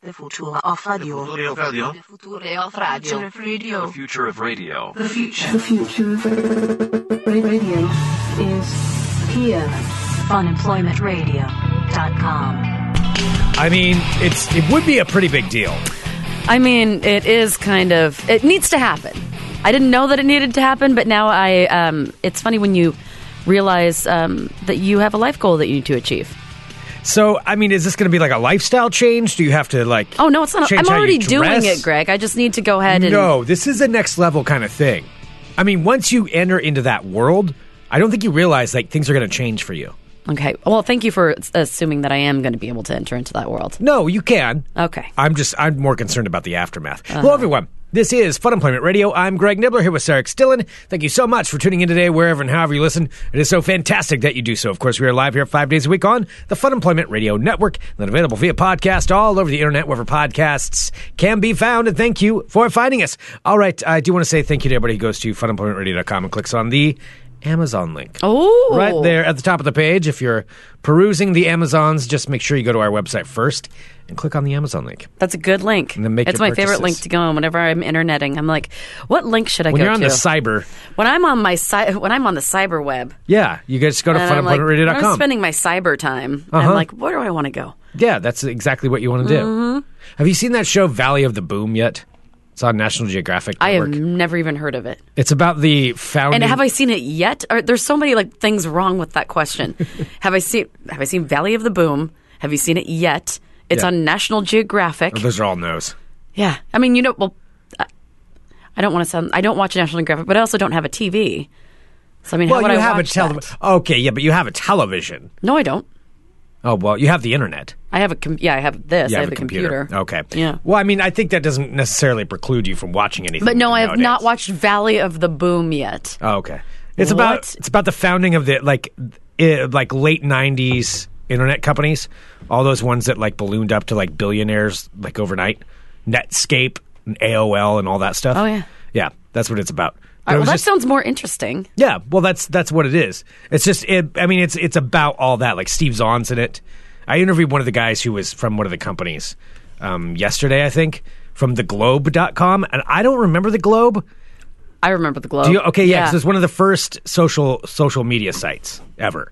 The future of radio. The future of radio. The future of radio. Future of radio. The future The future. of radio. The future of radio is here. Unemploymentradio.com. I mean, it's it would be a pretty big deal. I mean, it is kind of. It needs to happen. I didn't know that it needed to happen, but now I. Um, it's funny when you realize um, that you have a life goal that you need to achieve. So, I mean, is this going to be like a lifestyle change? Do you have to like? Oh no, it's not. Change I'm how you already doing dress? it, Greg. I just need to go ahead and. No, this is a next level kind of thing. I mean, once you enter into that world, I don't think you realize like things are going to change for you. Okay. Well, thank you for assuming that I am going to be able to enter into that world. No, you can. Okay. I'm just I'm more concerned about the aftermath. Hello, everyone. This is Fun Employment Radio. I'm Greg Nibbler here with Sarah Stillen. Thank you so much for tuning in today, wherever and however you listen. It is so fantastic that you do so. Of course, we are live here five days a week on the Fun Employment Radio Network, and then available via podcast all over the internet, wherever podcasts can be found. And thank you for finding us. All right, I do want to say thank you to everybody who goes to funemploymentradio.com and clicks on the Amazon link Oh, right there at the top of the page. If you're perusing the Amazons, just make sure you go to our website first and click on the Amazon link. That's a good link. then make it's your my favorite link purchases. to go on whenever I'm interneting. I'm like, what link should I When go you're on to? the cyber, when I'm on my cy- when I'm on the cyber web, yeah, you guys go to and I'm like, when I'm funemploymentradio.com. spending my cyber time. Uh-huh. I'm like, where do I want to go? yeah, that's exactly what you want to do. Mm-hmm. Have you seen that show Valley of the Boom yet? It's on National Geographic. I have Network. never even heard of it. It's about the founding. And have I seen it yet? Or, there's so many like things wrong with that question. have I seen Have I seen Valley of the Boom? Have you seen it yet? It's Yeah. on National Geographic. Those are all no's. yeah, I mean, you know, well, I, I don't want to sound. I don't watch National Geographic, but I also don't have a TV. So I mean, how Well, would you I have a watch television. that? Okay, yeah, but you have a television. No, I don't. Oh well, you have the internet. I have a com- yeah. I have this. You I have, a computer. Okay. Yeah. Well, I mean, I think that doesn't necessarily preclude you from watching anything. But no, I have not nowadays. watched Valley of the Boom yet. Oh, okay. It's about What? it's about the founding of the like eh, like late '90s internet companies. All those ones that like ballooned up to like billionaires like overnight. Netscape and AOL and all that stuff. Oh, yeah. yeah. That's what it's about. But All it right, well, was that just- sounds more interesting. yeah, well, that's that's what it is. It's just, it, I mean, it's it's about all that. Like Steve Zahn's in it. I interviewed one of the guys who was from one of the companies um, yesterday, I think, from theglobe.com. And I don't remember the Globe. I remember the Globe. Do you, okay, yeah, 'cause it's one of the first social social media sites ever.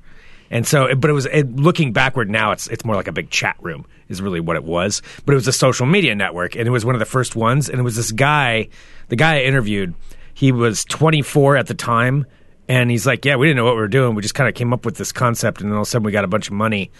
And so, it- but it was it, looking backward now. It's it's more like a big chat room is really what it was. But it was a social media network, and it was one of the first ones. And it was this guy, the guy I interviewed. He was 24 at the time, and he's like, "Yeah, we didn't know what we were doing. We just kind of came up with this concept, and then all of a sudden we got a bunch of money."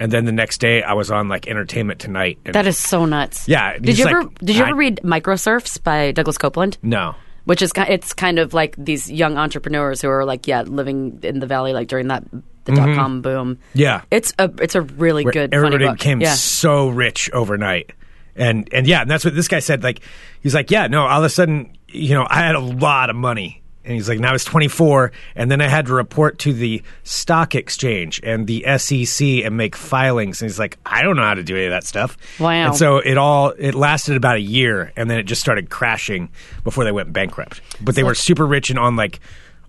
And then the next day, I was on like Entertainment Tonight. And that is so nuts. Yeah, Did you he's ever like, Did you ever I- Mm. read Microsurfs by Douglas Copeland? no, Which is ki- it's kind of like these young entrepreneurs who are like yeah living in the valley like during that the dot com boom. Mm-hmm. yeah, It's a it's a really where good. everybody funny book. became yeah. so rich overnight and and yeah and that's what this guy said like he's like yeah no all of a sudden you know i had a lot of money and he's like and i was 24 and then i had to report to the stock exchange and the sec and make filings and he's like i don't know how to do any of that stuff Wow. and so it all it lasted about a year and then it just started crashing before they went bankrupt but they were super rich and on like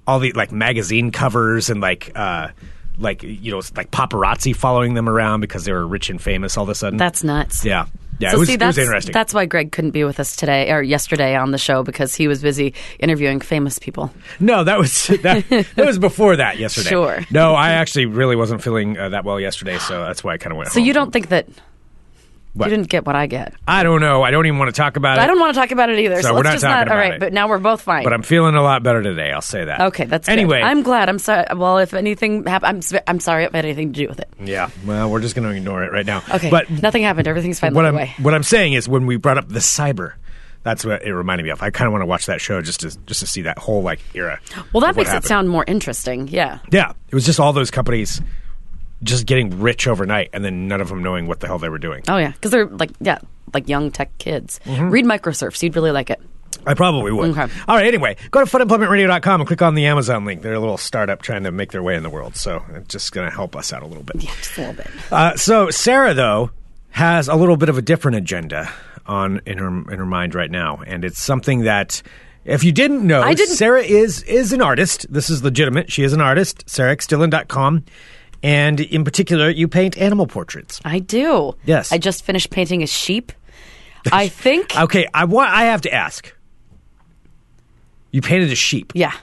all the like magazine covers and like uh like you know like paparazzi following them around because they were rich and famous all of a sudden That's nuts. yeah yeah So it, was, see, it was that's, interesting That's why Greg couldn't be with us today or yesterday on the show because he was busy interviewing famous people. no that was that, that was before that yesterday Sure. no i actually really wasn't feeling uh, that well yesterday so that's why i kind of went So you don't think that What? you didn't get what I get? i don't know i don't even want to talk about I it don't want to talk about it either. So So, we're let's not just talking not. all about right, it. but now we're both fine. but i'm feeling a lot better today i'll say that okay, that's good. anyway I'm glad. I'm sorry. Well, if anything happened, I'm s- I'm sorry if I had anything to do with it. yeah well we're just gonna ignore it right now Okay, but nothing happened. Everything's fine. what the I'm way. what I'm saying is when we brought up the cyber, that's what it reminded me of. I kind of want to watch that show just to just to see that whole like era. Well, that of what makes it happened. sound more interesting. Yeah. yeah. It was just all those companies just getting rich overnight, and then none of them knowing what the hell they were doing. Oh yeah, because they're like yeah, like young tech kids. Mm-hmm. Read Microsurfs. You'd really like it. I probably would. Okay. All right. Anyway, go to funemploymentradio.com and click on the Amazon link. They're a little startup trying to make their way in the world, so it's just going to help us out a little bit. Yeah, just a little bit. Uh, so Sarah though has a little bit of a different agenda on in her in her mind right now, and it's something that if you didn't know, I didn't- Sarah is is an artist. This is legitimate. She is an artist. SarahXdillon.com. And in particular, you paint animal portraits. I do. Yes. I just finished painting a sheep. I think. Okay, I want. I have to ask. You painted a sheep. yeah.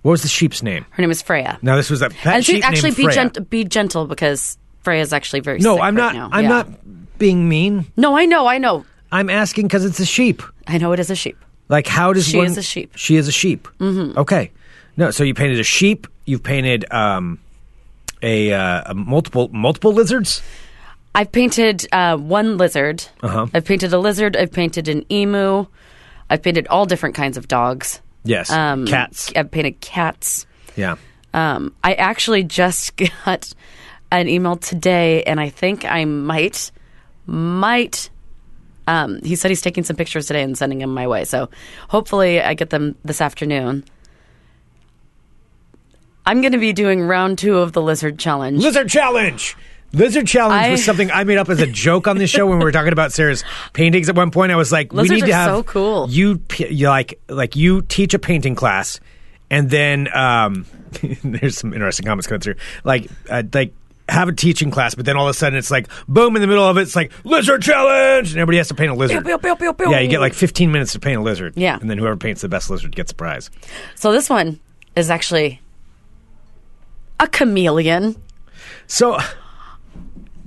What was the sheep's name? Her name is Freya. Now this was a pet and she sheep actually named be, Freya. gent- be gentle because Freya's actually very No, sick I'm not. right now. I'm Yeah. not being mean. No, I know, I know. I'm asking because it's a sheep. I know it is a sheep. Like, how does She one? is a sheep. She is a sheep. Mm-hmm. Okay. No, so you painted a sheep. You've painted um, a, uh, a multiple multiple lizards. I've painted uh, one lizard. Uh-huh. I've painted a lizard. I've painted an emu. I've painted all different kinds of dogs. Yes, Um, cats. I've painted cats. Yeah. Um, I actually just got an email today, and I think I might, might. Um, he said he's taking some pictures today and sending them my way. So hopefully, I get them this afternoon. I'm going to be doing round two of the lizard challenge. Lizard challenge. Lizard challenge I- was something I made up as a joke on this show when we were talking about Sarah's paintings. At one point, I was like, "We Lizards need to are have so cool. You, p- you like like you teach a painting class, and then um, there's some interesting comments coming through. Like uh, like have a teaching class, but then all of a sudden it's like boom in the middle of it. It's like lizard challenge, and everybody has to paint a lizard. Pew, pew, pew, pew, pew. Yeah, you get like 15 minutes to paint a lizard. Yeah. and then whoever paints the best lizard gets a prize. So this one is actually a chameleon. So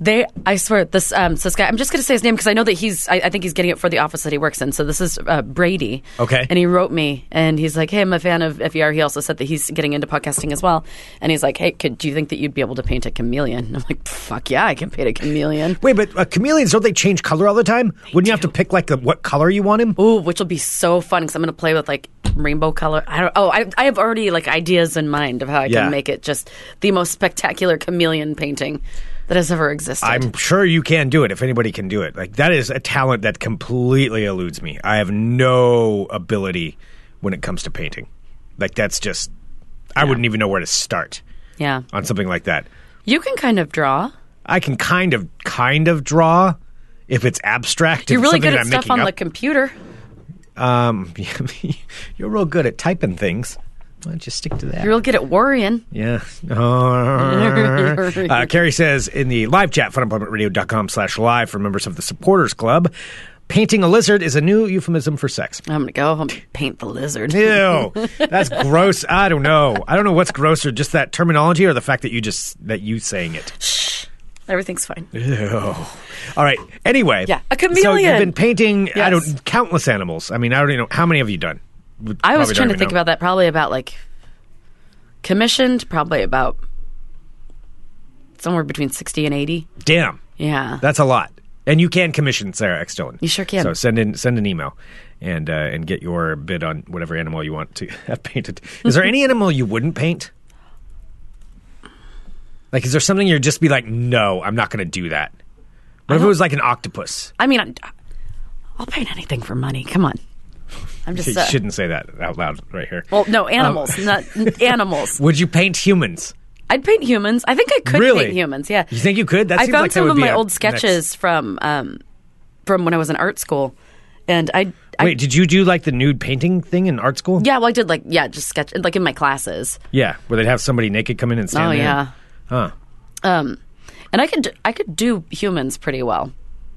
They, I swear, this um, so this guy. I'm just going to say his name because I know that he's. I, I think he's getting it for the office that he works in. So this is uh, Brady. Okay. And he wrote me, and he's like, "Hey, I'm a fan of FER." He also said that he's getting into podcasting as well. And he's like, "Hey, could, do you think that you'd be able to paint a chameleon?" And I'm like, "Fuck yeah, I can paint a chameleon." wait, but uh, chameleons don't they change color all the time? Wouldn't you have to pick like the, what color you want him? Ooh, which will be so fun because I'm going to play with like rainbow color. I don't. Oh, I, I have already like ideas in mind of how I Yeah. can make it just the most spectacular chameleon painting that has ever existed. I'm sure you can do it if anybody can do it. Like that is a talent that completely eludes me. I have no ability when it comes to painting. Like that's just I wouldn't even know where to start yeah, on something like that. you can kind of draw. I can kind of kind of draw if it's abstract. You're if it's really something good that at I'm stuff making on the up. computer. Um, you're real good at typing things. Why don't you stick to that? You're real good at worrying. Yeah. uh, Carrie says in the live chat, funemploymentradio.com slash live for members of the supporters club, painting a lizard is a new euphemism for sex. I'm gonna go home and paint the lizard. Ew, that's gross. I don't know. I don't know what's grosser, just that terminology or the fact that you just, that you saying it. Everything's fine. Ew. All right. Anyway. Yeah, a So you've chameleon. been painting, I Yes. don't, countless animals. I mean, I don't even know. How many have you done? We I probably don't was trying to even think know. about that. Probably about like commissioned. Probably about somewhere between sixty and eighty. Damn. Yeah. That's a lot. And you can commission Sarah X Dillon. You sure can. So send in send an email and uh, and get your bid on whatever animal you want to have painted. Is there any animal you wouldn't paint? Like is there something you'd just be like, no, I'm not gonna do that? What if it was like an octopus? I mean, I'm, I'll paint anything for money. Come on. I'm just. you Um, Uh, shouldn't say that out loud right here. well, no, animals, not animals. Would you paint humans? I'd paint humans. I think I could Really? paint humans. Yeah. You think you could? That I seems found like that some would of be my a old next- sketches from um, from when I was in art school, and I. I Wait, did you do like the nude painting thing in art school? yeah, well, I did like yeah, just sketch like in my classes. Yeah, where they'd have somebody naked come in and stand oh there. yeah, Huh. um, and I could I could do humans pretty well.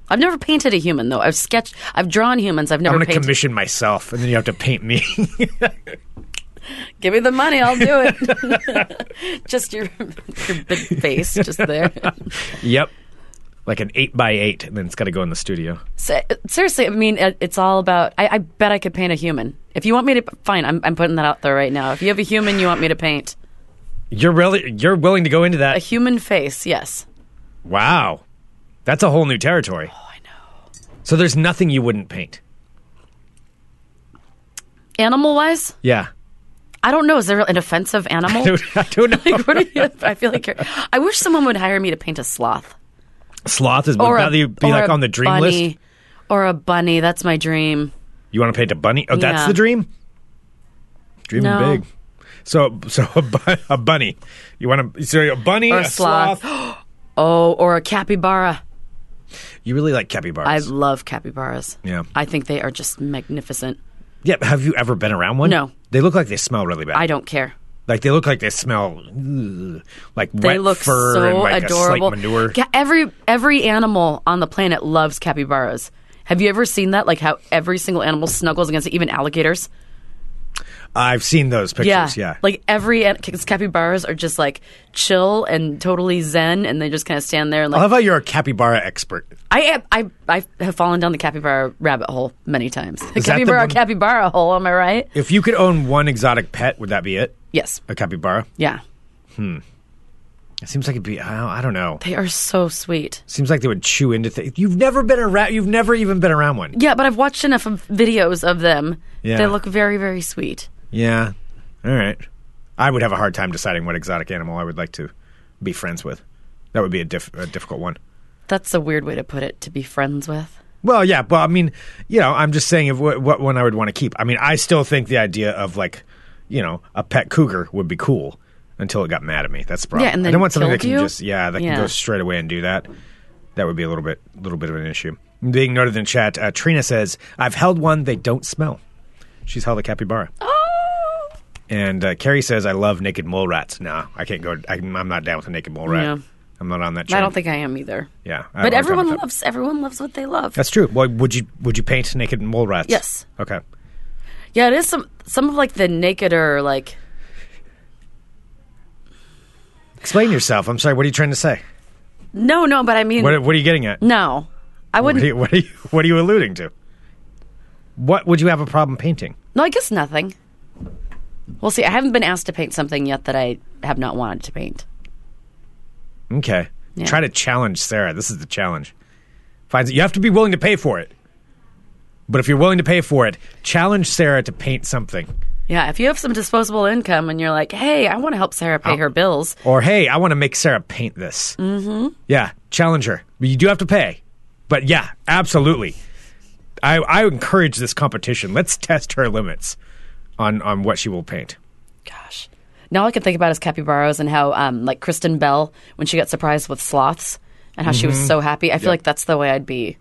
I've never painted a human though. I've sketched, I've drawn humans. I've I'm never gonna painted. commission myself, and then you have to paint me. Give me the money, I'll do it. just your your big face, just there. Yep. Like an eight by eight, and then it's got to go in the studio. Se- Seriously, I mean, it- it's all about. I, I bet I could paint a human. If you want me to, fine. I'm, I'm putting that out there right now. If you have a human, you want me to paint You're really you're willing to go into a that? human face. Yes, Wow, that's a whole new territory. Oh, I know. So there's nothing you wouldn't paint. animal wise, Yeah. I don't know. Is there an offensive animal? Dude, I don't know. like, what are you, I feel like you're, I wish someone would hire me to paint a sloth Sloth is or would a, that be or like a on the dream bunny, list? or a bunny. That's my dream. You want to paint a bunny? Oh, that's Yeah. the dream. Dreaming No. big. So so a, bu- a bunny. You want to so a bunny Or a a sloth. sloth. Oh, or a capybara. You really like I capybaras. love capybaras. Yeah. I think they are just magnificent. yeah. Have you ever been around one? No. They look like they smell really bad. I don't care. Like they look like they smell ugh, like They wet look fur so and like adorable. a slight manure. Yeah, every every animal on the planet loves capybaras. Have you ever seen that? Like how every single animal snuggles against it, even alligators. I've seen those pictures. Yeah. Like every because capybaras are just like chill and totally zen, and they just kind of stand there and I like love how you're a capybara expert. I am, I I have fallen down the capybara rabbit hole many times. The Is that the capybara one- capybara hole. Am I right? If you could own one exotic pet, would that be it? Yes. A capybara? Yeah. It seems like it'd be. I don't- I don't know. They are so sweet. Seems like they would chew into things. You've never been around. You've never even been around one. Yeah, but I've watched enough of videos of them. Yeah. They look very very sweet. Yeah. All right. I would have a hard time deciding what exotic animal I would like to be friends with. That would be a, diff- a difficult one. That's a weird way to put it. To be friends with. Well, yeah, but I mean, you know, I'm just saying of what, what one I would want to keep. I mean, I still think the idea of like, you know, a pet cougar would be cool until it got mad at me. That's the problem. Yeah, and I then don't want something that killed can you? just yeah that Yeah. can go straight away and do that. That would be a little bit little bit of an issue. Being noted in chat, uh, Trina says I've held one. They don't smell. She's held a capybara. Oh! And uh, Carrie says I love naked mole rats. Nah, I can't go. I, I'm not down with a naked mole rat. Yeah. I'm not on that. I train. don't think I am either. Yeah, I But don't have time everyone for that. loves everyone loves what they love. That's true. Well, would you would you paint naked mole rats? Yes. Okay. Yeah, it is some some of like the naked or like Explain yourself. I'm sorry. What are you trying to say? no no, but I mean What What are you getting at? no, I What wouldn't. are you, what are you What are you alluding to? What would you have a problem painting? no, I guess nothing. We'll see. I haven't been asked to paint something yet that I have not wanted to paint. Okay. Yeah. Try to challenge Sarah. This is the challenge. Finds you have to be willing to pay for it. But if you're willing to pay for it, challenge Sarah to paint something. Yeah, if you have some disposable income and you're like, hey, I want to help Sarah pay her bills. Or hey, I want to make Sarah paint this. Mm-hmm. Yeah, challenge her. But You do have to pay. But yeah, absolutely. I I encourage this competition. Let's test her limits on on what she will paint. Gosh, now all I can think about is capybaras and how um, like Kristen Bell when she got surprised with sloths and how she Mm-hmm. was so happy. I feel like that's the way I'd be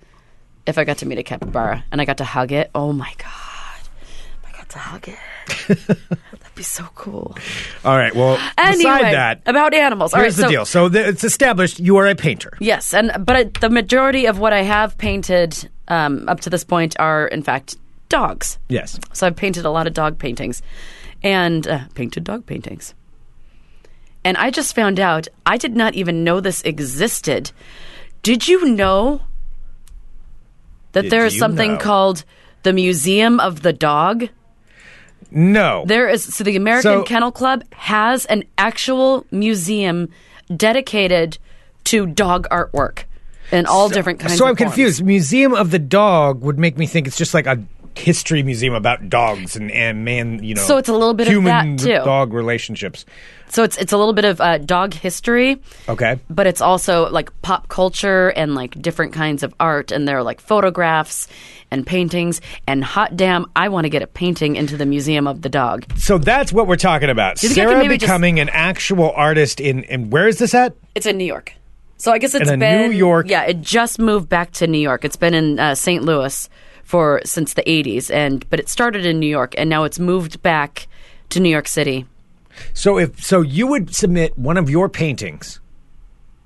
if I got to meet a capybara and I got to hug it. Oh my god, If I got to hug it. That'd be so cool. All right. Well, Anyway, beside that, about animals. All right, here's the so- deal. So th- it's established you are a painter. Yes, and but it, the majority of what I have painted um, up to this point are, in fact, dogs. Yes. So I've painted a lot of dog paintings, and uh, painted dog paintings. And I just found out I did not even know this existed. Did you know that Did there is you something know? called the Museum of the Dog? No. There is so the American So- Kennel Club has an actual museum dedicated to dog artwork in all different kinds. so of I'm forms. confused. Museum of the Dog would make me think it's just like a history museum about dogs and, and man, you know. So it's a little bit of human that, too. Dog relationships. So it's it's a little bit of uh, dog history, Okay. but it's also like pop culture and like different kinds of art, and there are like photographs and paintings. And hot damn, I want to get a painting into the Museum of the Dog. So that's what we're talking about. you think I can Sarah maybe just- becoming an actual artist in and where is this at? It's in New York. So I guess it's In a been New York- Yeah, it just moved back to New York. It's been in uh, St. Louis for since the '80s, and but it started in New York, and now it's moved back to New York City. So if so you would submit one of your paintings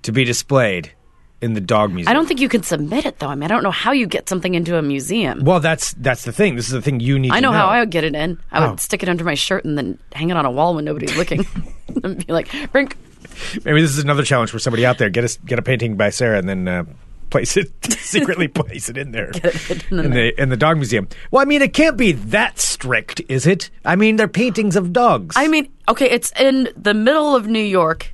to be displayed in the dog museum. I don't think you can submit it though. I mean, I don't know how you get something into a museum. Well, that's that's the thing. This is the thing you need I to know know how I would get it in. I would Oh. stick it under my shirt and then hang it on a wall when nobody's looking, and be like, "Brink, Maybe this is another challenge for somebody out there. Get us get a painting by Sarah and then uh, place it secretly place it in there in, the in the dog museum. Well, I mean, it can't be that strict, is it? I mean, they're paintings of dogs. I mean, okay, it's in the middle of New York.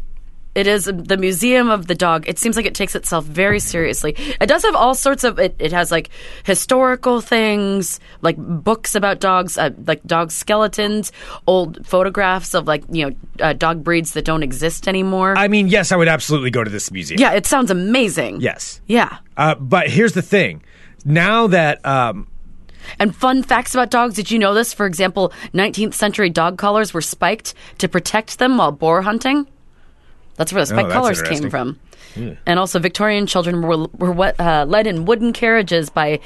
It is the Museum of the Dog. It seems like it takes itself very seriously. It does have all sorts of. It, it has like historical things, like books about dogs, uh, like dog skeletons, old photographs of like you know uh, dog breeds that don't exist anymore. I mean, yes, I would absolutely go to this museum. yeah, it sounds amazing. Yes. Yeah, Uh, but here's the thing. Now that um, and fun facts about dogs. Did you know this? For example, 19th century dog collars were spiked to protect them while boar hunting. That's where the spike Oh, that's collars came interesting. Hmm. from. And also, Victorian children were, were what, uh, led in wooden carriages by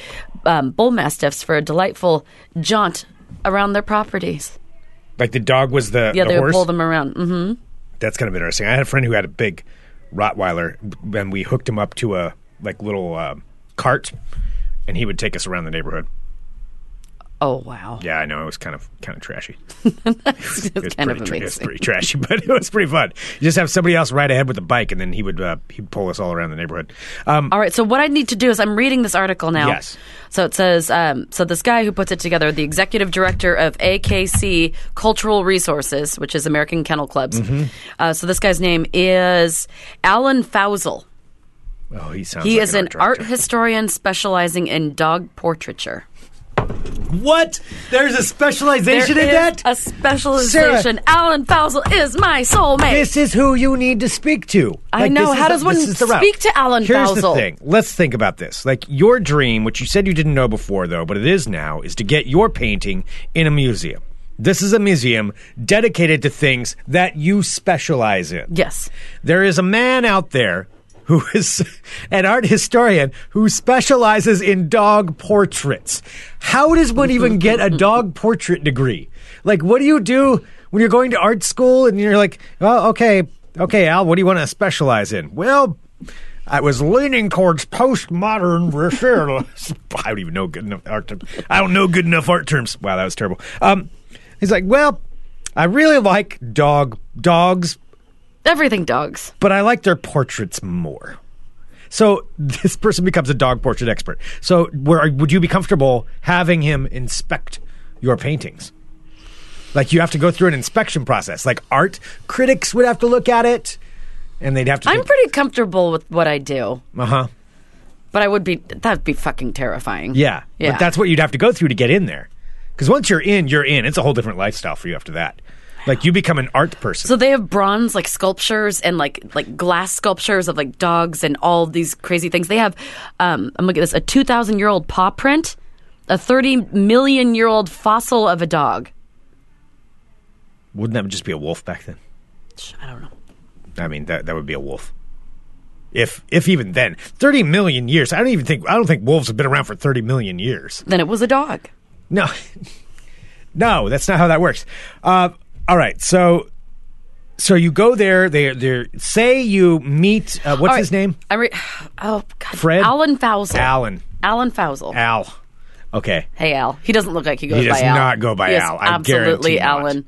um, bull mastiffs for a delightful jaunt around their properties. like the dog was the, Yeah, the they would horse, pull them around. hmm that's kind of interesting. I had a friend who had a big Rottweiler, and we hooked him up to a like little uh, um, cart, and he would take us around the neighborhood. Oh wow. Yeah, I know it was kind of kind of trashy. It's It was kind of pretty, tr- it was amazing. pretty trashy, but it was pretty fun. You just have somebody else ride ahead with the bike, and then he would uh, he'd pull us all around the neighborhood. Um, All right, so what I need to do is I'm reading this article now. Yes. So it says, um, so this guy who puts it together, the executive director of AKC Cultural Resources, which is American Kennel Clubs. Mm-hmm. Uh, so this guy's name is Alan Fausel. oh, he sounds. He like is an art art historian specializing in dog portraiture. director. What? There's a specialization There in is that. a specialization. Alan Fausel is my soulmate. this is who you need to speak to. I know. this How is does one this is the route. speak to Alan Here's Bausel? the thing. Let's think about this. Like your dream, which you said you didn't know before, though, but it is now, is to get your painting in a museum. This is a museum dedicated to things that you specialize in. yes. There is a man out there who is an art historian who specializes in dog portraits. How does one even get a dog portrait degree? Like, what do you do when you're going to art school and you're like, oh, okay, okay, Al, what do you want to specialize in? Well, I was leaning towards postmodern research. I don't even know good enough art terms. I don't know good enough art terms. Wow, that was terrible. Um, he's like, well, I really like dog dogs, Everything dogs. but I like their portraits more. So this person becomes a dog portrait expert. So where would you be comfortable having him inspect your paintings? Like you have to go through an inspection process. Like art critics would have to look at it, and they'd have to. I'm pretty comfortable with what I do, Uh huh. but I would be, that'd be fucking terrifying. Yeah. Yeah. But that's what you'd have to go through to get in there. Because once you're in, you're in. It's a whole different lifestyle for you after that. Like you become an art person. So they have bronze like sculptures and like like glass sculptures of like dogs and all these crazy things. They have um I'm looking at this a 2000 year old paw print, a 30 million year old fossil of a dog. Wouldn't that just be a wolf back then? I don't know. I mean, that that would be a wolf. If if even then, thirty million years. I don't even think I don't think wolves have been around for thirty million years. Then it was a dog. No, no, that's not how that works. Uh, all right, so so you go there. They they say you meet. Uh, what's All right. his name? I re- Oh god. Fred? Alan Fausel. Alan. Alan Fausel. Al. Okay. Hey Al. He doesn't look like he goes He by does Al. not go by He is Al. I guarantee absolutely not. Alan.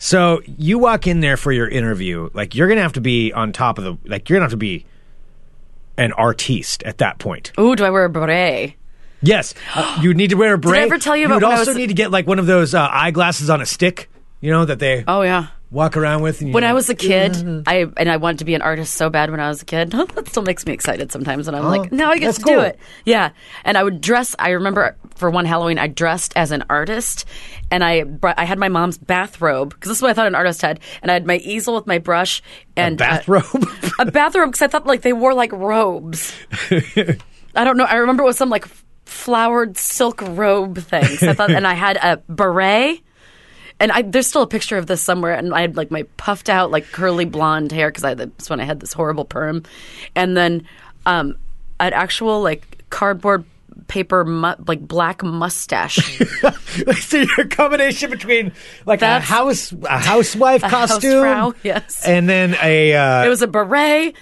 So you walk in there for your interview. Like you're gonna have to be on top of the. Like you're gonna have to be an artiste at that point. Ooh, do I wear a beret? Yes, uh, you need to wear a braid. ever tell you about would when I also was- need to get like one of those uh, eyeglasses on a stick. You know that they Oh yeah. walk around with. And you When know, I was a kid, Mm-hmm. I and I wanted to be an artist so bad when I was a kid. that still makes me excited sometimes, and I'm like, now I get Oh, that's to cool. do it. Yeah, and I would dress. I remember for one Halloween, I dressed as an artist, and I br- I had my mom's bathrobe because this is what I thought an artist had, and I had my easel with my brush and uh, bathrobe. a bathrobe because I thought like they wore like robes. I don't know. I remember it was some like flowered silk robe thing. So I thought, and I had a beret. And I, there's still a picture of this somewhere, and I had like my puffed out, like curly blonde hair because I that's when I had this horrible perm, and then um, an actual like cardboard paper mu- like black mustache, so you're a combination between like a That's- house a housewife costume, housefrau, yes. and then a uh, It was a beret,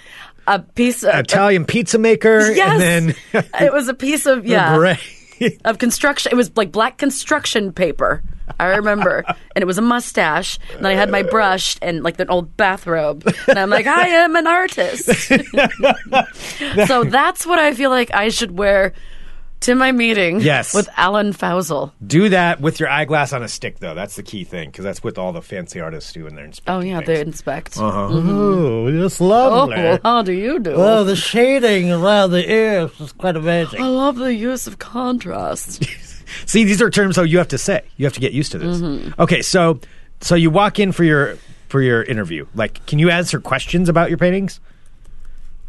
a piece of Italian pizza maker, yes, and then it was a piece of a yeah, braid. of construction. It was like black construction paper. I remember, and it was a mustache. And then I had my brush and like an old bathrobe, and I'm like, I am an artist. so that's what I feel like I should wear to my meeting. Yes. with Alan Fausel. Do that with your eyeglass on a stick, though. That's the key thing because that's what all the fancy artists do in their Oh yeah, the inspect. Uh-huh. Oh, that's lovely. Oh, how do you do? the shading around the ears is quite amazing. I love the use of contrast. See, these are terms though you have to say. You have to get used to this. Mm-hmm. Okay, so so you walk in for your for your interview. Like, can you answer questions about your paintings?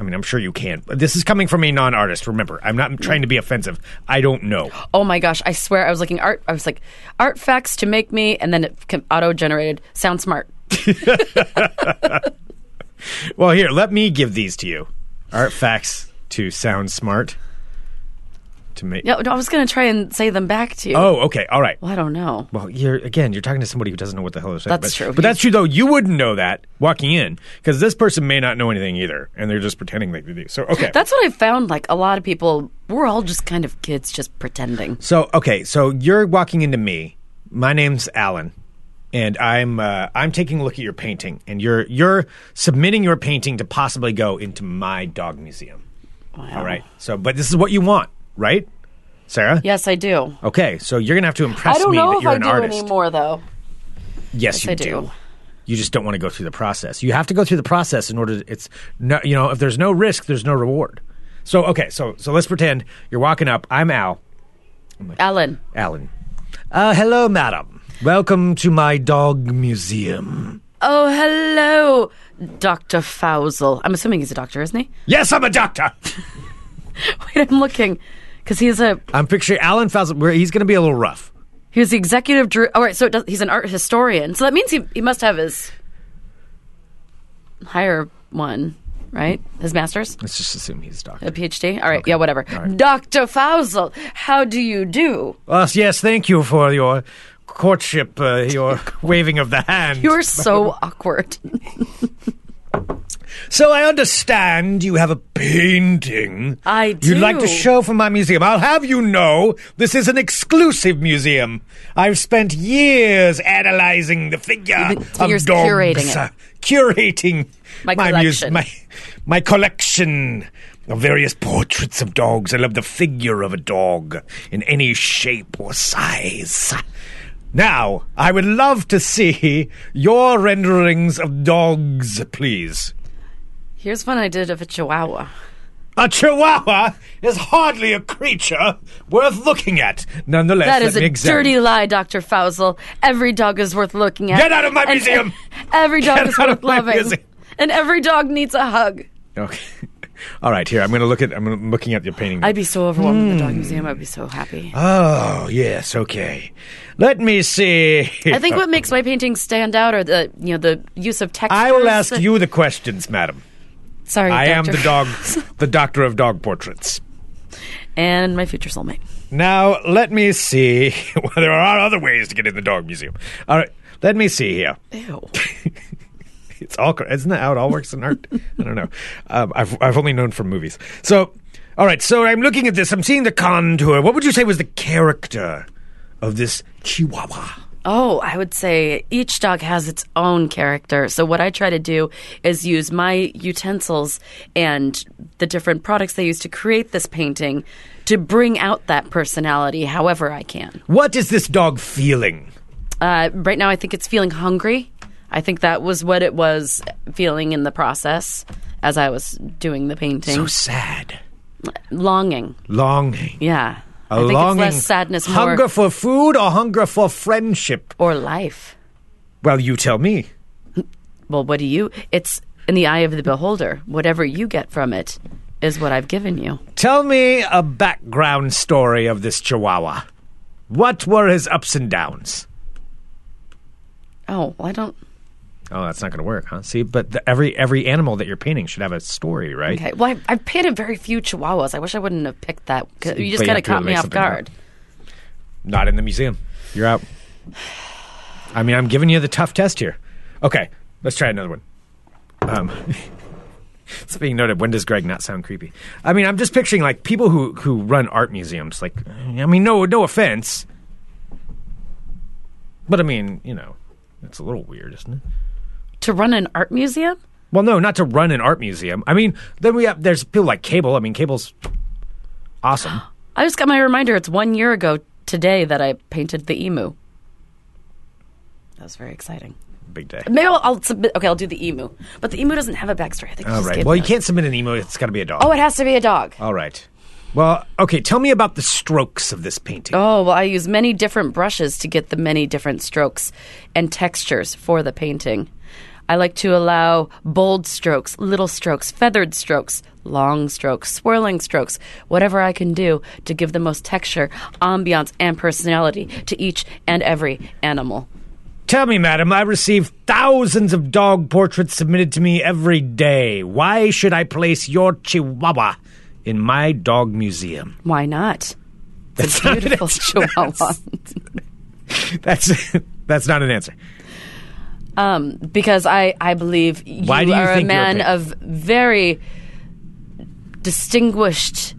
I mean, I'm sure you can. This is coming from a non-artist. Remember, I'm not trying to be offensive. I don't know. Oh my gosh, I swear I was looking art I was like art facts to make me and then it auto generated sound smart. Well, here, let me give these to you. Art facts to sound smart. to make. No, no, I was going to try and say them back to you. Oh, okay, all right. Well, I don't know. Well, you're again. You're talking to somebody who doesn't know what the hell they're saying. That's but, true. But that's true, though. You wouldn't know that walking in because this person may not know anything either, and they're just pretending like they do. So okay. That's what I found. Like, a lot of people, we're all just kind of kids just pretending. So okay, so you're walking into me. My name's Alan, and I'm uh, I'm taking a look at your painting, and you're you're submitting your painting to possibly go into my dog museum. All right. So, but this is what you want, right, Sarah? Yes, I do. Okay, so you're gonna have to impress I don't me know that if you're I an do artist. anymore, though. Yes, you I do. do. You just don't want to go through the process. You have to go through the process in order. To, it's no, you know, if there's no risk, there's no reward. So okay, so so let's pretend you're walking up. I'm Al. Alan, Alan. Uh, hello, madam. Welcome to my dog museum. Oh, hello, Dr. Fousel. I'm assuming he's a doctor, isn't he? Yes, I'm a doctor. Wait, I'm looking. Because he's a I'm picturing Alan Fausel. where He's going to be a little rough. he was the executive dir- all right so it does, he's an art historian so that means he, he must have his higher one right his master's Let's just assume he's a a doctor. phd all right yeah whatever right. dr fausel how do you do Yes, yes. Thank you for your courtship, uh, your waving of the hand. you're so awkward so I understand you have a painting. I You'd like to do. show for my museum. I'll have you know this is an exclusive museum. I've spent years analyzing the figure You've been of years dogs. curating it. uh, Curating My muse- collection. my, my collection of various portraits of dogs. I love the figure of a dog in any shape or size. Now, I would love to see your renderings of dogs, please. here's one i did of a chihuahua A chihuahua is hardly a creature worth looking at. Nonetheless, that let is me a examine. dirty lie dr fausel every dog is worth looking at Get out of my And- museum! and every dog Get is out worth of my loving museum. and every dog needs a hug Okay. All right, here I'm going to look at. I'm gonna- looking at your painting. i'd be so overwhelmed with the Hmm. dog museum i'd be so happy oh yes, okay. Let me see. I think what makes my paintings stand out are the you know the use of textures. I will ask that- you the questions, madam. Sorry, I am Doctor. the dog, the doctor of dog portraits. and my future soulmate. Now, let me see. Well, there are other ways to get in the dog museum. All right, let me see here. Ew. It's all isn't that how it all works in art? I don't know. Um, I've I've only known from movies. So, all right. So I'm looking at this. I'm seeing the contour. What would you say was the character of this Chihuahua? Oh, I would say each dog has its own character. So what I try to do is use my utensils and the different products they use to create this painting to bring out that personality however I can. What is this dog feeling? Uh, right now, I think it's feeling hungry. I think that was what it was feeling in the process as I was doing the painting. So sad, Longing. longing, Yeah. I a think longing, it's less sadness, more hunger for food or hunger for friendship. or life. Well, you tell me. Well, what do you? It's in the eye of the beholder. Whatever you get from it is what I've given you. Tell me a background story of this Chihuahua. What were his ups and downs? Oh, well, I don't. Oh, that's not going to work, huh? See, but the, every every animal that you're painting should have a story, right? Okay. Well, I, I painted very few chihuahuas. I wish I wouldn't have picked that. 'cause So, but you just you kind have of to really caught me make off something up. guard. Not in the museum. You're out. I mean, I'm giving you the tough test here. Okay, let's try another one. Um, it's being noted. When does Greg not sound creepy? I mean, I'm just picturing like people who who run art museums. Like, I mean, no no offense, but I mean, you know, it's a little weird, isn't it? To run an art museum? Well, no, not to run an art museum. I mean, then we have there's people like Cable. I mean, Cable's awesome. I just got my reminder. It's one year ago today that I painted the emu. That was very exciting. Big day. Maybe I'll, I'll submit. Okay, I'll do the emu. But the emu doesn't have a backstory. I think. you All just right. gave Well, me you that. can't submit an emo. It's got to be a dog. Oh, it has to be a dog. All right. Well, okay. Tell me about the strokes of this painting. Oh, well, I use many different brushes to get the many different strokes and textures for the painting. I like to allow bold strokes, little strokes, feathered strokes, long strokes, swirling strokes, whatever I can do to give the most texture, ambiance, and personality to each and every animal. Tell me, madam, I receive thousands of dog portraits submitted to me every day. Why should I place your chihuahua in my dog museum? Why not? It's a beautiful chihuahua. That's that's not an answer. Um, because I, I believe you Why do you are a think you're a man pig? of very distinguished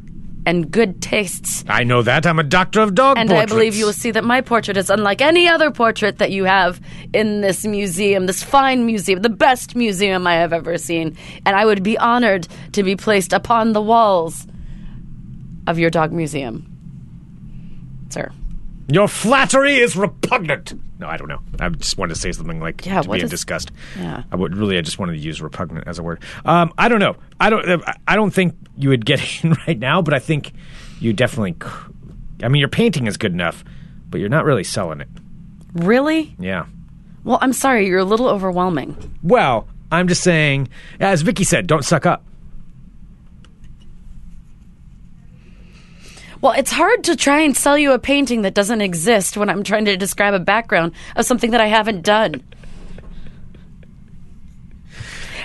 and good tastes. I know that. I'm a doctor of dog And portraits. I believe you will see that my portrait is unlike any other portrait that you have in this museum, this fine museum, the best museum I have ever seen. And I would be honored to be placed upon the walls of your dog museum, sir. Your flattery is repugnant. No, I don't know. I just wanted to say something like Yeah, to what be in is- disgust. Yeah. I would really. I just wanted to use repugnant as a word. Um, I don't know. I don't. uh, I don't think you would get in right now, but I think you definitely. c- I mean, your painting is good enough, but you're not really selling it. Really? Yeah. Well, I'm sorry, you're a little overwhelming. Well, I'm just saying, as Vicky said, don't suck up. Well, it's hard to try and sell you a painting that doesn't exist when I'm trying to describe a background of something that I haven't done.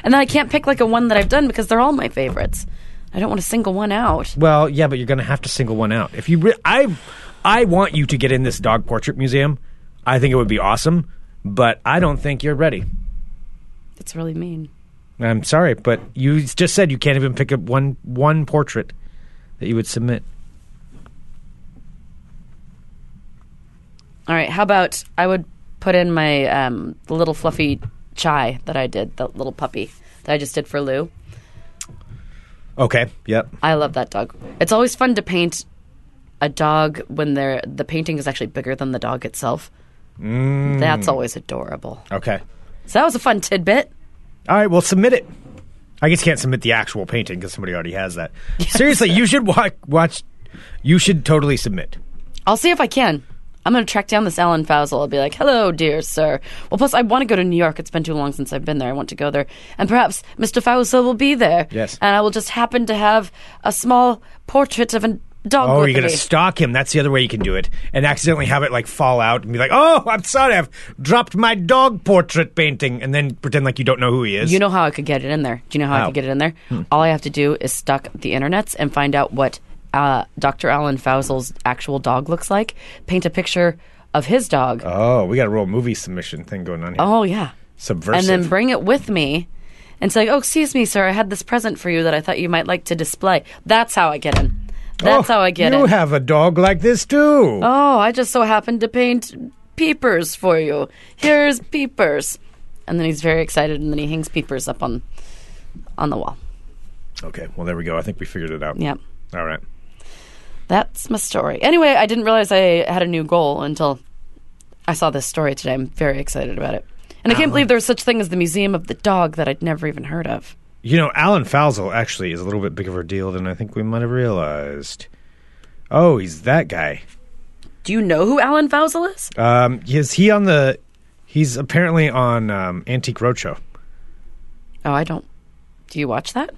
And then I can't pick like a one that I've done because they're all my favorites. I don't want to single one out. Well, yeah, but you're going to have to single one out. If you, re- I, I want you to get in this dog portrait museum. I think it would be awesome, but I don't think you're ready. It's really mean. I'm sorry, but you just said you can't even pick up one one portrait that you would submit. All right, how about I would put in my um, the little fluffy chai that I did, the little puppy that I just did for Lou. Okay. Yep. I love that dog. It's always fun to paint a dog when they're the painting is actually bigger than the dog itself. Mm. That's always adorable. Okay. So that was a fun tidbit. All right. Well, submit it. I guess you can't submit the actual painting because somebody already has that. Seriously, you should watch, watch. You should totally submit. I'll see if I can. I'm gonna track down this Alan Fausel. I'll be like, "Hello, dear sir." Well, plus I want to go to New York. It's been too long since I've been there. I want to go there, and perhaps Mr. Fausel will be there. Yes. And I will just happen to have a small portrait of a dog. Oh, with you're gonna me. stalk him. That's the other way you can do it, and accidentally have it like fall out and be like, "Oh, I'm sorry, I've dropped my dog portrait painting," and then pretend like you don't know who he is. You know how I could get it in there. Do you know how I How? Hmm. could get it in there? All I have to do is stalk the internets and find out what uh, Dr. Alan Fausel's actual dog looks like. Paint a picture of his dog. Oh, we got a real movie submission thing going on here. oh yeah, and Subversive. then bring it with me and say, "Oh, excuse me, sir, I had this present for you that I thought you might like to display." That's how I get in. That's Oh, how I get You in. have a dog like this too. oh, I just so happened to paint peepers for you. Here's peepers, and then he's very excited, and then he hangs peepers up on on the wall. Okay, well there we go. I think we figured it out. Yep. All right. That's my story. Anyway, I didn't realize I had a new goal until I saw this story today. I'm very excited about it. And I can't believe there was such thing as the Museum of the Dog that I'd never even heard of. You know, Alan Fausel actually is a little bit bigger of a deal than I think we might have realized. Oh, he's that guy. Do you know who Alan Fausel is? Um, is he on the? He's apparently on um, Antique Roadshow. oh, I don't. Do you watch that?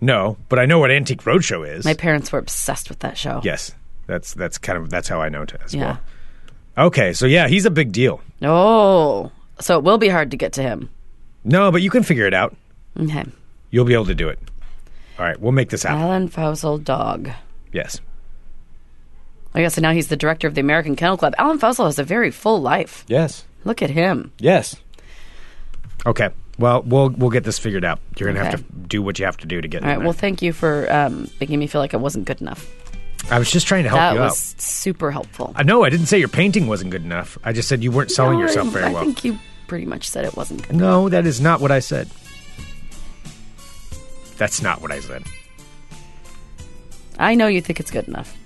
No, but I know what Antique Roadshow is. My parents were obsessed with that show. yes, that's that's kind of that's how I know it as Yeah. well. Okay, so yeah, he's a big deal. Oh, so it will be hard to get to him. No, but you can figure it out. Okay. You'll be able to do it. All right, we'll make this happen. Alan Fausel Dog. Yes. I guess so now he's the director of the American Kennel Club. Alan Fausel has a very full life. Yes. Look at him. Yes. Okay. Well, we'll we'll get this figured out. You're gonna have Okay. to do what you have to do to get. All in right. there. Well, thank you for um, making me feel like I wasn't good enough. I was just trying to help That you was super helpful. out. I know Uh, I didn't say your painting wasn't good enough. I just said you weren't selling No, yourself I- very well. I think you pretty much said it wasn't good. No, that is not what I said. That's not what I said. I know you think it's good enough.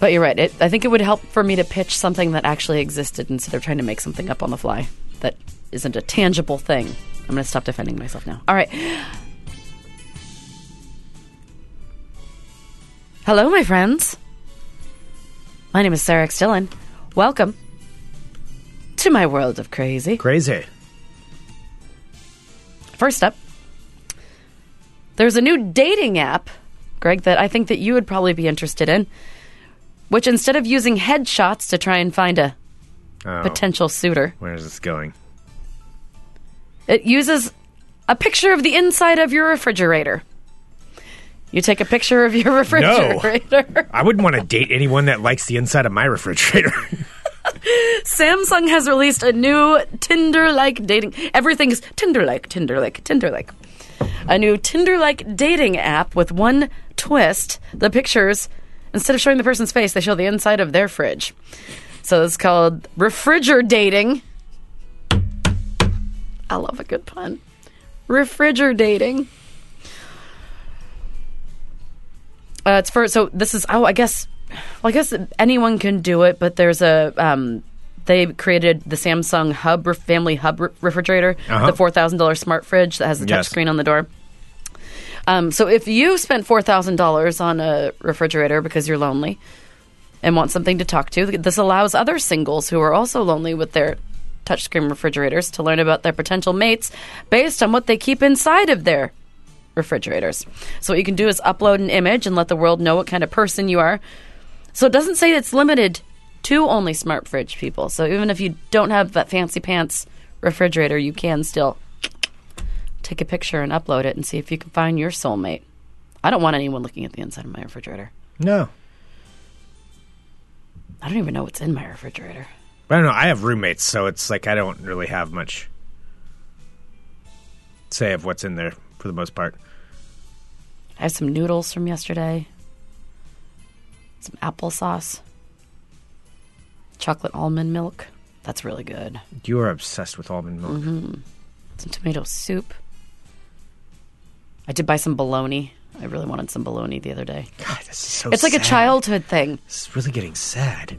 But you're right. It, I think it would help for me to pitch something that actually existed instead of trying to make something up on the fly that isn't a tangible thing. I'm going to stop defending myself now. All right. Hello, my friends. My name is Sarah X. Dillon. Welcome to my world of crazy. Crazy. First up, there's a new dating app, Greg, that I think that you would probably be interested in, which instead of using headshots to try and find a Oh, potential suitor, where is this going? it uses a picture of the inside of your refrigerator. You take a picture of your refrigerator. I wouldn't want to date anyone that likes the inside of my refrigerator. Samsung has released a new Tinder-like dating. Everything's Tinder-like, Tinder-like, Tinder-like. A new Tinder-like dating app with one twist: the pictures, instead of showing the person's face, they show the inside of their fridge. So it's called refrigerating. dating. I love a good pun. Refrigerating. dating. Uh, it's for so this is oh I guess well I guess anyone can do it but there's a um, they created the Samsung Hub ref- family Hub re- refrigerator Uh-huh. the four thousand dollar smart fridge that has the touch Yes. screen on the door. Um, so if you spent four thousand dollars on a refrigerator because you're lonely and want something to talk to, this allows other singles who are also lonely with their touchscreen refrigerators to learn about their potential mates based on what they keep inside of their refrigerators. So what you can do is upload an image and let the world know what kind of person you are. So it doesn't say it's limited to only smart fridge people. So even if you don't have that fancy pants refrigerator, you can still take a picture and upload it and see if you can find your soulmate. I don't want anyone looking at the inside of my refrigerator. no. I don't even know what's in my refrigerator. But I don't know. I have roommates, so it's like I don't really have much say of what's in there for the most part. I have some noodles from yesterday, some applesauce, chocolate almond milk. That's really good. You are obsessed with almond milk. Mm-hmm. Some tomato soup. I did buy some bologna. I really wanted some bologna the other day. God, this is so It's like a sad. childhood thing. This is really getting sad.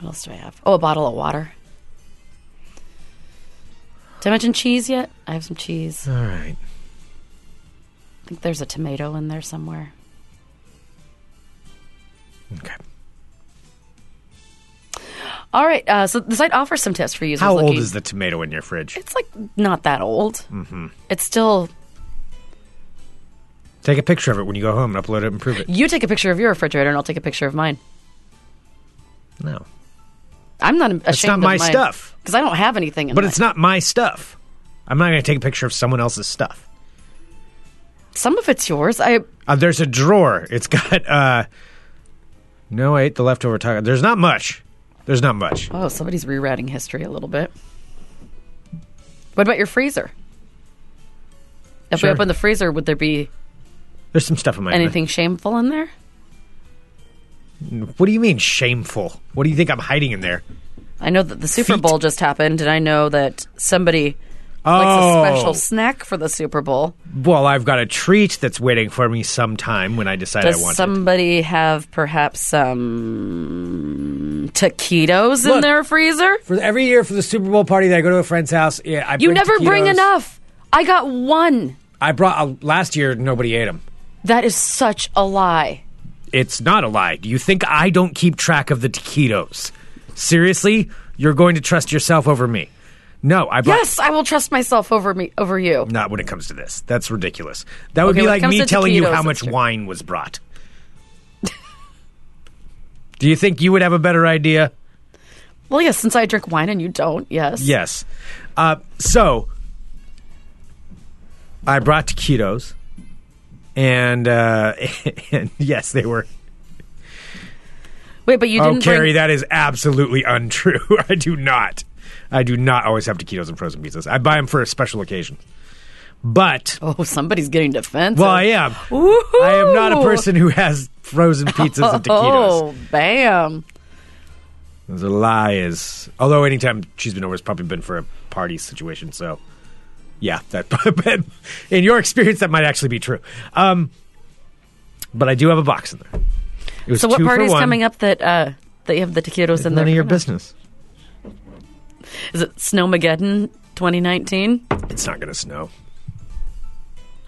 What else do I have? Oh, a bottle of water. Did I mention cheese yet? I have some cheese. All right. I think there's a tomato in there somewhere. Okay. All right, uh, so the site offers some tips for users. How looking. old is the Mm-hmm. tomato in your fridge? It's like not that old. It's still. Take a picture of it when you go home and upload it and prove it. You take a picture of your refrigerator, and I'll take a picture of mine. No. I'm not ashamed. not my stuff. because I don't have anything. In But mine. it's not my stuff. I'm not going to take a picture of someone else's stuff. some of it's yours. I Uh, there's a drawer. It's got. uh No, I ate the leftover taco. There's not much. There's not much. oh, somebody's rewriting history a little bit. What about your freezer? If Sure. we open the freezer, would there be There's some stuff in my. anything shameful in there? What do you mean shameful? What do you think I'm hiding in there? I know that the Super Feet. Bowl just happened, and I know that somebody Oh, likes a special snack for the Super Bowl. well, I've got a treat that's waiting for me sometime when I decide I Does want it. somebody have perhaps some taquitos in Look. their freezer? For every year for the Super Bowl party that I go to a friend's house, yeah, I You never bring enough. I got one. I brought uh, last year. Nobody ate them. That is such a lie. It's not a lie. Do you think I don't keep track of the taquitos? Seriously, you're going to trust yourself over me? No, I brought. Yes, I will trust myself over me over you. Not when it comes to this. That's ridiculous. That would Okay, be when it like comes me to telling you taquitos, how it's much true. wine was brought. Do you think you would have a better idea? Well, yes, since I drink wine and you don't, yes. Yes. Uh, so I brought taquitos, and uh, and yes, they were. Wait, but you Oh, didn't Carrie, bring that is absolutely untrue. I do not. I do not always have taquitos and frozen pizzas. I buy them for a special occasion. But Oh, somebody's getting defensive. well, I am. Woohoo! I am not a person who has frozen pizzas and taquitos. Oh, bam. The lie is, although anytime she's been over, it's probably been for a party situation. So, yeah, that. But in your experience, that might actually be true. Um, but I do have a box in there. It was So what two for party's one. coming up that uh that you have the taquitos in None there? of your business. Is it Snowmageddon 2019? It's not going to snow.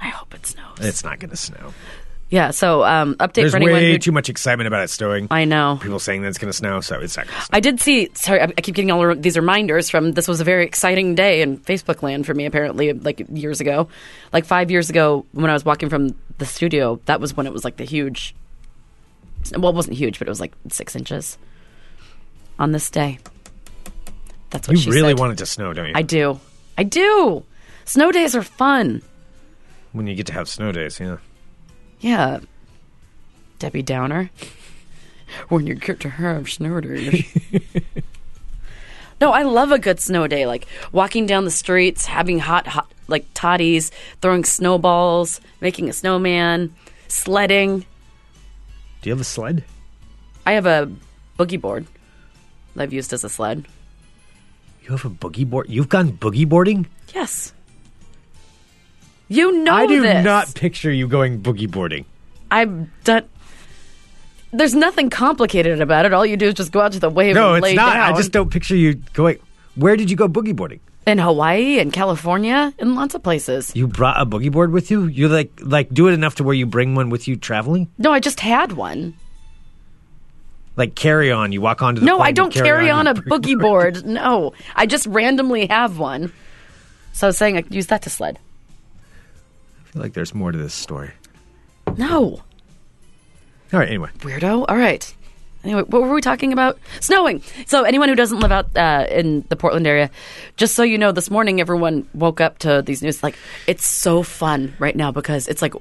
I hope it snows. It's not going to snow. yeah, so um update There's for anyone way who too much excitement about it snowing. I know. People saying that it's going to snow, so it's not going to snow. I did see. Sorry, I I keep getting all re- these reminders from. This was a very exciting day in Facebook land for me. Apparently, like years ago, like five years ago, when I was walking from the studio, that was when it was like the huge. Well, it wasn't huge, but it was like six inches. On this day, that's what You she really said. want it to snow, don't you? I do. I do. Snow days are fun. When you get to have snow days, yeah. Yeah. Debbie Downer. when you get to have snow days. no, I love a good snow day. Like walking down the streets, having hot, hot, like toddies, throwing snowballs, making a snowman, sledding. Do you have a sled? I have a boogie board that I've used as a sled. You have a boogie board? You've gone boogie boarding? Yes. You know I do this. not picture you going boogie boarding. I've done. There's nothing complicated about it. All you do is just go out to the wave. No, and it's lay not. I down. just don't picture you going. Where did you go boogie boarding? in Hawaii and California and lots of places. You brought a boogie board with you? You're like like do it enough to where you bring one with you traveling? No, I just had one. Like carry on. You walk onto the No, plane, I you don't carry on a your boogie board. No, I just randomly have one. So I was saying I could use that to sled. I feel like there's more to this story. No, All right, anyway. weirdo. All right. Anyway, what were we talking about? Snowing. So anyone who doesn't live out uh, in the Portland area, just so you know, this morning everyone woke up to these news. Like it's so fun right now because it's like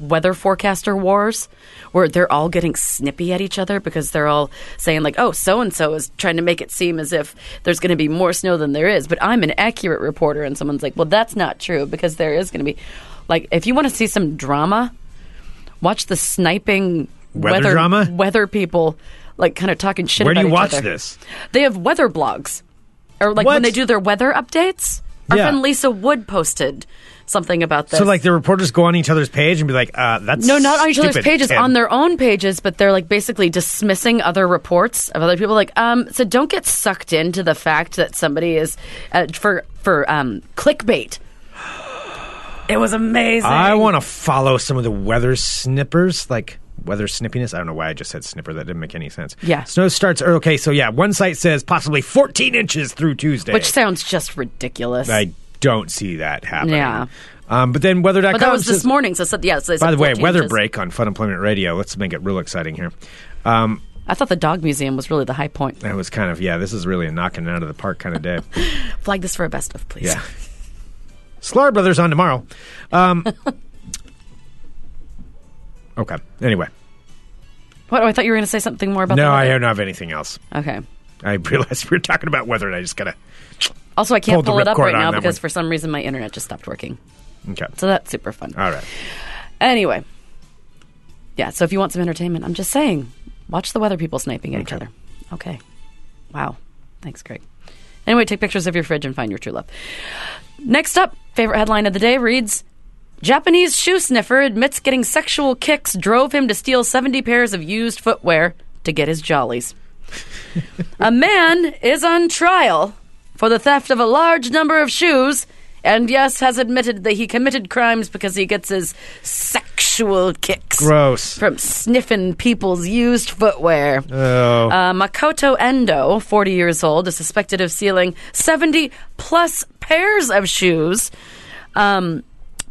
weather forecaster wars, where they're all getting snippy at each other because they're all saying like, "Oh, so and so is trying to make it seem as if there's going to be more snow than there is," but I'm an accurate reporter, and someone's like, "Well, that's not true because there is going to be." Like, if you want to see some drama, watch the sniping Weather drama? weather people like kind of talking shit Where do about you each watch other. this? they have weather blogs or like What? when they do their weather updates our Yeah. friend lisa wood posted something about this So like the reporters go on each other's page and be like, uh, that's no not on each other's stupid, pages Ted. on their own pages but they're like basically dismissing other reports of other people like um so don't get sucked into the fact that somebody is uh, for for um clickbait it was amazing I want to follow some of the weather snippers, like weather snippiness. I don't know why I just said snipper. That didn't make any sense. Yeah. Snow starts. er, Okay, so yeah, one site says possibly 14 inches through Tuesday. which sounds just ridiculous I don't see that happening. Yeah. Um, but then weather.com. but that was this says- morning so, so yeah so they By said the way, 14 weather inches. break on Fun Employment Radio. Let's make it real exciting here. Um, I thought the dog museum was really the high point. that was kind of yeah. This is really a knocking it out of the park kind of day. Flag this for a best of, please. Yeah. Slar Brothers on tomorrow. Um, okay. Anyway, What? Oh, I thought you were going to say something more about. no, the I weather. don't have anything else. Okay. I realized we were talking about weather, and I just gotta. Also, I Pulled can't the pull it up ripcord right on now that because one. for some reason my internet just stopped working. Okay. So that's super fun. All right. Anyway. Yeah. So if you want some entertainment, I'm just saying, watch the weather people sniping at each Okay. other. Okay. Wow. Thanks, Greg. Anyway, take pictures of your fridge and find your true love. Next up, favorite headline of the day reads Japanese shoe sniffer admits getting sexual kicks drove him to steal 70 pairs of used footwear to get his jollies. a man is on trial for the theft of a large number of shoes and, yes, has admitted that he committed crimes because he gets his sexual kicks Gross. from sniffing people's used footwear. Oh. Uh, Makoto Endo, 40 years old, is suspected of stealing 70 plus pairs of shoes um,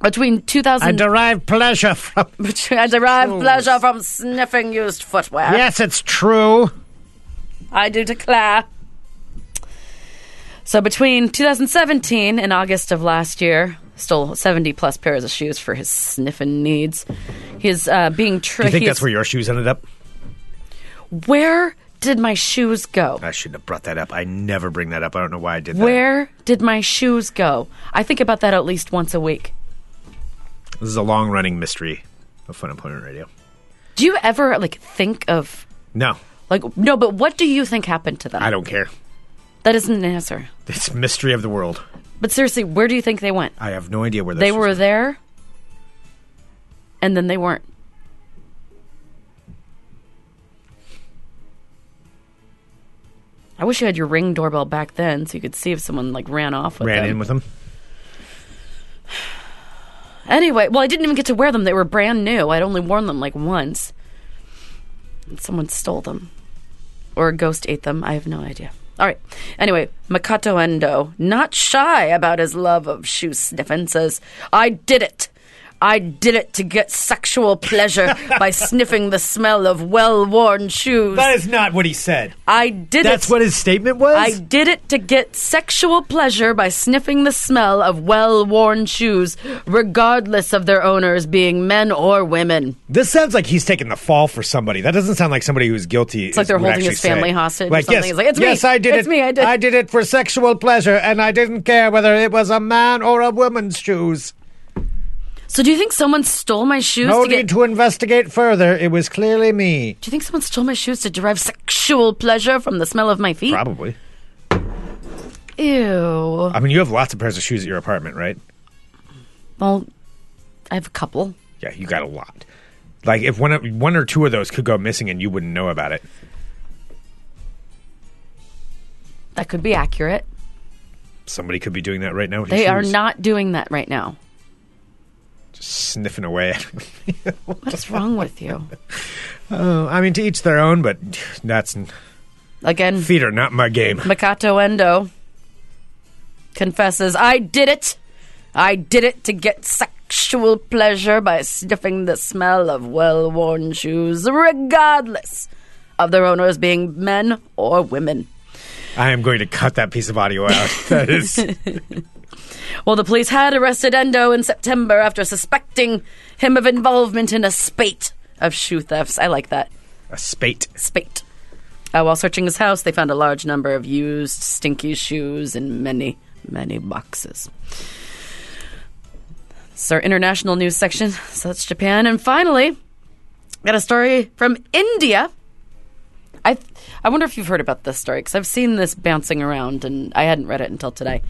between 2000. I derive pleasure from. I derive pleasure from sniffing used footwear. Yes, it's true. I do declare. So between 2017 and August of last year, stole 70 plus pairs of shoes for his sniffing needs. He's uh, being You tricked. think that's where your shoes ended up? Where did my shoes go? I shouldn't have brought that up. I never bring that up. I don't know why I did that. Where did my shoes go? I think about that at least once a week. This is a long running mystery of Fun Employment Radio. Do you ever like think of No, like no, but what do you think happened to them? I don't care. that isn't an answer. It's mystery of the world. But seriously, where do you think they went? I have no idea where those They shoes were there and then they weren't. I wish you had your ring doorbell back then so you could see if someone like ran off with ran them. in with them. Anyway, well, I didn't even get to wear them. They were brand new. I'd only worn them like once. And someone stole them. Or a ghost ate them. I have no idea. All right. Anyway, Makoto Endo, not shy about his love of shoe sniffing, says, I did it. I did it to get sexual pleasure by sniffing the smell of well worn shoes. That is not what he said. I did That's it. what his statement was. I did it to get sexual pleasure by sniffing the smell of well worn shoes, regardless of their owners being men or women. This sounds like he's taking the fall for somebody. That doesn't sound like somebody who's guilty. It's like they're holding his family hostage or Like, something. yes, It's like, "It's me. yes, I did It's it. me. I did- it for sexual pleasure, and I didn't care whether it was a man or a woman's shoes. So, do you think someone stole my shoes No to get. need to investigate further. It was clearly me. do you think someone stole my shoes to derive sexual pleasure from the smell of my feet? Probably. Ew. I mean, you have lots of pairs of shoes at your apartment, right? Well, I have a couple. Yeah, you got a lot. Like if one of, one or two of those could go missing and you wouldn't know about it. That could be accurate. Somebody could be doing that right now. With your They are shoes. not doing that right now. Just sniffing away. at 'em. What is wrong with you? Oh, I mean, to each their own, but that's Again, feet are not my game. Makato Endo confesses, I did it. I did it to get sexual pleasure by sniffing the smell of well worn shoes, regardless of their owners being men or women. I am going to cut that piece of audio out. That is Well, the police had arrested Endo in September after suspecting him of involvement in a spate of shoe thefts. I like that. a spate. Spate. Uh, while searching his house, they found a large number of used, stinky shoes and many, many boxes. This is our international news section. So that's Japan. And finally, got a story from India. I, I wonder if you've heard about this story because I've seen this bouncing around and I hadn't read it until today.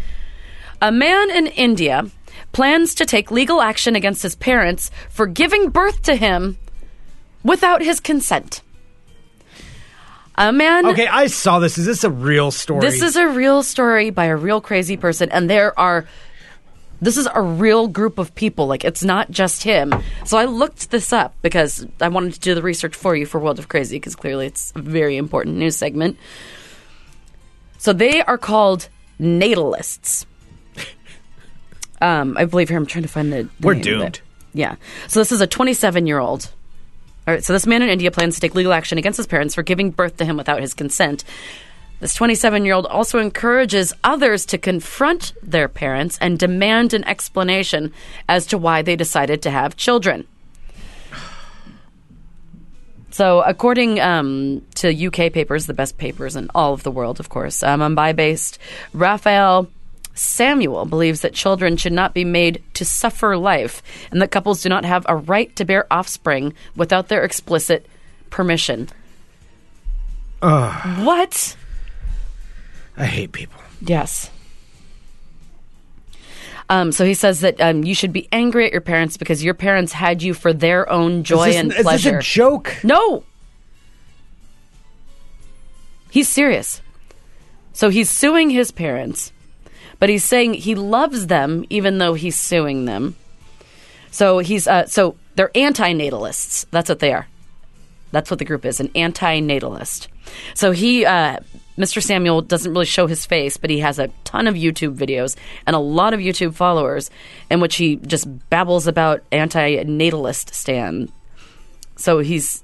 A man in India plans to take legal action against his parents for giving birth to him without his consent. A man. Okay, I saw this. Is this a real story? This is a real story by a real crazy person, and there are. This is a real group of people. Like, it's not just him. So I looked this up because I wanted to do the research for you for World of Crazy because clearly it's a very important news segment. So they are called natalists. Um, I believe here I'm trying to find the. the We're name, but- doomed. yeah. So this is a 27 year old. All right. So this man in India plans to take legal action against his parents for giving birth to him without his consent. This 27 year old also encourages others to confront their parents and demand an explanation as to why they decided to have children. So, according um, to UK papers, the best papers in all of the world, of course, uh, Mumbai based Raphael Samuel believes that children should not be made to suffer life and that couples do not have a right to bear offspring without their explicit permission. What? I hate people. Yes. Um, so he says that um, you should be angry at your parents because your parents had you for their own Is joy this, and is this pleasure. a joke? No. He's serious. So he's suing his parents, but he's saying he loves them even though he's suing them. So he's uh, so they're antinatalists. That's what they are. That's what the group is, an antinatalist. So he, uh, Mr. Samuel, doesn't really show his face, but he has a ton of YouTube videos and a lot of YouTube followers in which he just babbles about antinatalist stand. So he's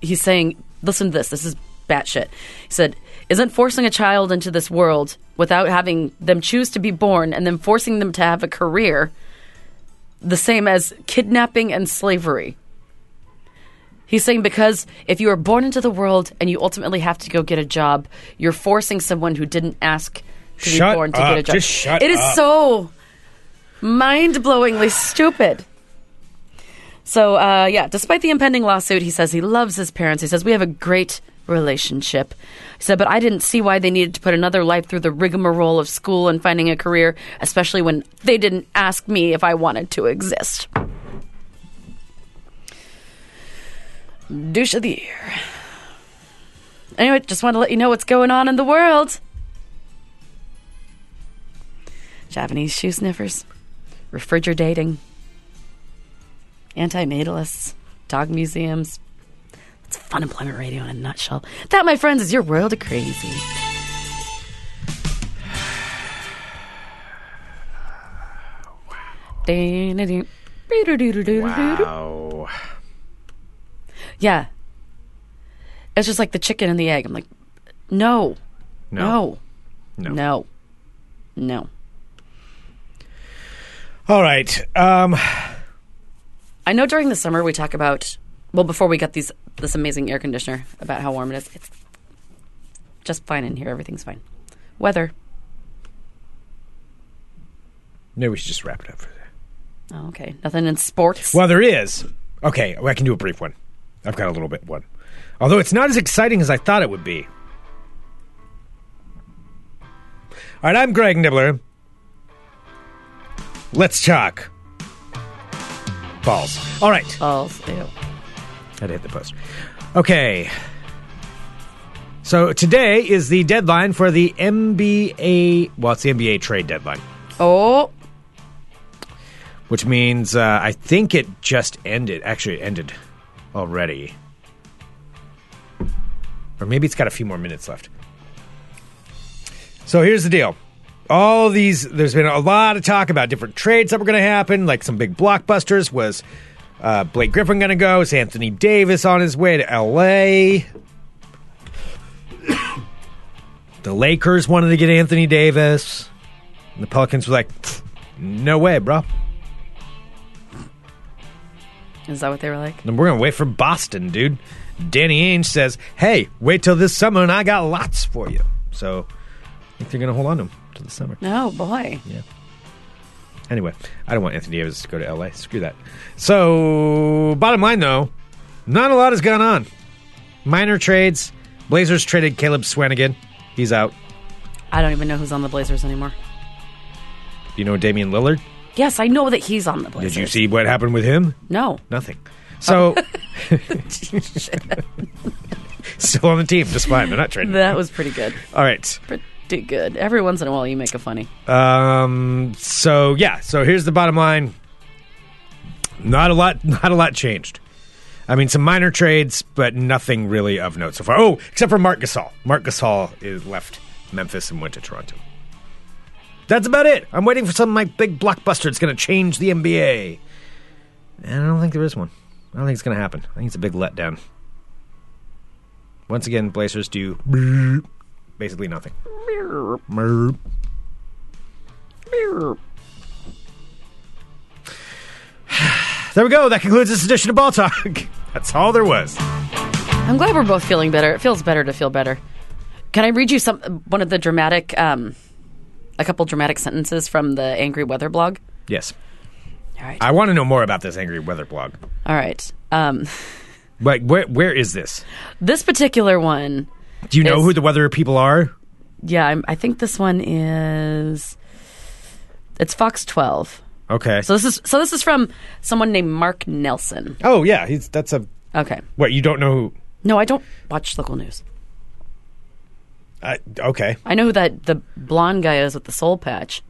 he's saying, listen to this. This is batshit. He said, isn't forcing a child into this world without having them choose to be born and then forcing them to have a career the same as kidnapping and slavery? He's saying because if you are born into the world and you ultimately have to go get a job, you're forcing someone who didn't ask to Shut be born to get a up. job. Just shut It is up. so mind-blowingly stupid. So, uh, yeah, despite the impending lawsuit, he says he loves his parents. He says, We have a great relationship. He said, But I didn't see why they needed to put another life through the rigmarole of school and finding a career, especially when they didn't ask me if I wanted to exist. Douche of the year. Anyway, just want to let you know what's going on in the world. Japanese shoe sniffers, refrigerating antinatalists, dog museums. It's fun employment radio in a nutshell. That, my friends, is your world of crazy. Ding-a-ding. Wow. Yeah. It's just like the chicken and the egg. I'm like, no, No. no, No. no, no. All right. Um, I know during the summer we talk about, well, before we got these this amazing air conditioner about how warm it is. It's just fine in here. Everything's fine. Weather. Maybe we should just wrap it up for that. Oh, okay. Nothing in sports. Well, there is. Okay, well, I can do a brief one. I've got a little bit one. Although it's not as exciting as I thought it would be. All right, I'm Greg Nibbler. Let's talk. Balls. All right. Balls. Ew. I had to hit the post. Okay. So today is the deadline for the NBA. Well, it's the NBA trade deadline, Oh, which means uh, I think it just ended. Actually, it ended already. Or maybe it's got a few more minutes left. So here's the deal. All these, there's been a lot of talk about different trades that were going to happen, like some big blockbusters. Was uh, Blake Griffin going to go? Is Anthony Davis on his way to LA? the Lakers wanted to get Anthony Davis. And the Pelicans were like, "Pfft, no way, bro. is that what they were like? And we're going to wait for Boston, dude. Danny Ainge says, hey, wait till this summer and I got lots for you. So I think they're going to hold on to him till the summer. No, boy. Anyway, I don't want Anthony Davis to go to LA. Screw that. So, bottom line though, not a lot has gone on. Minor trades. Blazers traded Caleb Swanigan. He's out. I don't even know who's on the Blazers anymore. You know Damian Lillard? Yes, I know that he's on the Blazers. Did you see what happened with him? No. Nothing. So, still on the team, just fine. They're not trading. That was pretty good. All right. Pretty good. Every once in a while, you make a funny. Um. So yeah. So here's the bottom line. Not a lot. Not a lot changed. I mean, some minor trades, but nothing really of note so far. Oh, except for Mark Gasol. Mark Gasol is left Memphis and went to Toronto. That's about it. I'm waiting for some like big blockbuster. It's going to change the NBA, and I don't think there is one. I don't think it's going to happen. I think it's a big letdown. Once again, Blazers do basically nothing. There we go. That concludes this edition of Ball Talk. That's all there was. I'm glad we're both feeling better. It feels better to feel better. Can I read you some one of the dramatic, um, a couple dramatic sentences from the Angry Weather blog? Yes. All right. I want to know more about this angry weather blog. All right. Um, Like, where, where is this? this particular one, Do you know It's- who the weather people are? yeah, I'm, I think this one is. It's Fox 12. Okay. So this is so this is from someone named Mark Nelson. oh yeah, he's that's a Okay. what you don't know. Who, No, I don't watch local news. I okay. I know who that the blonde guy is with the soul patch.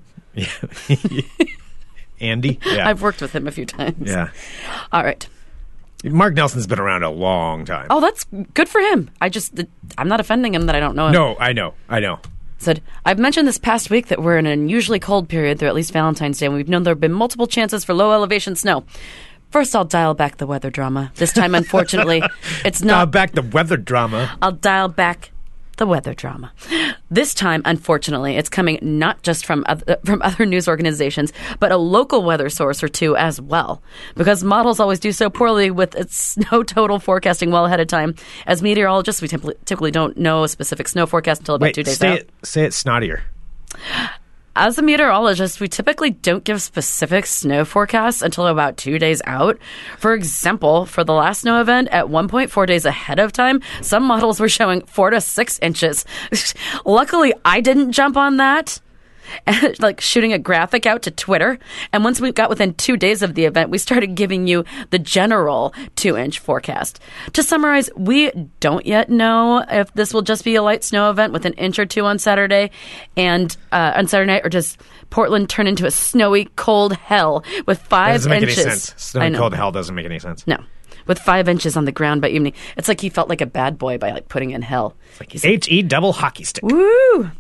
Andy. Yeah. I've worked with him a few times. yeah. All right. Mark Nelson's been around a long time. Oh, that's good for him. I just I'm not offending him that I don't know him. No, I know. I know. said, I've mentioned this past week that we're in an unusually cold period through at least Valentine's Day, and we've known there have been multiple chances for low elevation snow. First, I'll dial back the weather drama. This time, unfortunately, it's Uh, not. back the weather drama. I'll dial back the weather drama. This time, unfortunately, it's coming not just from other, from other news organizations, but a local weather source or two as well. Because models always do so poorly with its snow total forecasting well ahead of time. As meteorologists, we typically typically don't know a specific snow forecast until about Wait, two days say out. it. Say it snottier. As a meteorologist, we typically don't give specific snow forecasts until about two days out. For example, for the last snow event, at 1.4 days ahead of time, some models were showing four to six inches. Luckily, I didn't jump on that. like shooting a graphic out to Twitter. And once we got within two days of the event, we started giving you the general two inch forecast. To summarize, we don't yet know if this will just be a light snow event with an inch or two on Saturday and uh, on Saturday night, or does Portland turn into a snowy, cold hell with That five doesn't make inches? any sense. I Snowy know. cold hell doesn't make any sense. No. With five inches on the ground by evening. It's like he felt like a bad boy by like putting in hell. He's like, H E double hockey stick. Woo!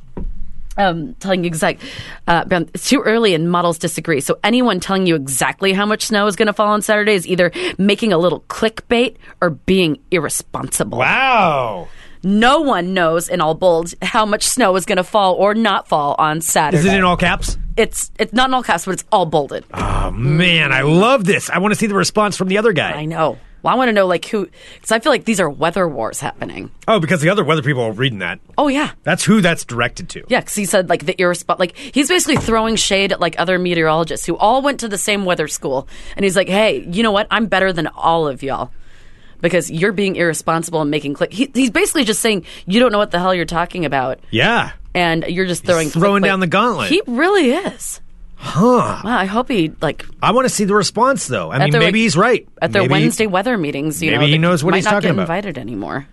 um, telling you exact. Uh, Brown, it's too early and models disagree. So anyone telling you exactly how much snow is going to fall on Saturday is either making a little clickbait or being irresponsible. Wow. No one knows in all bold how much snow is going to fall or not fall on Saturday. Is it in all caps? it's it's not in all caps, but it's all bolded. Oh, man, I love this. I want to see the response from the other guy. Mm. I know. Well, I want to know like who because I feel like these are weather wars happening. Oh, because the other weather people are reading that. Oh yeah. That's who that's directed to. Yeah, because he said like the irrespon like he's basically throwing shade at like other meteorologists who all went to the same weather school, and he's like, hey, you know what? I'm better than all of y'all because you're being irresponsible and making click. He, he's basically just saying you don't know what the hell you're talking about, Yeah. and you're just throwing throwing clickbait." down the gauntlet. He really is. Huh. Wow. I hope he like I want to see the response though. I mean, their, maybe like- he's right. at their Maybe- Wednesday weather meetings. You maybe know, he that knows what might he's not talking get about. invited anymore.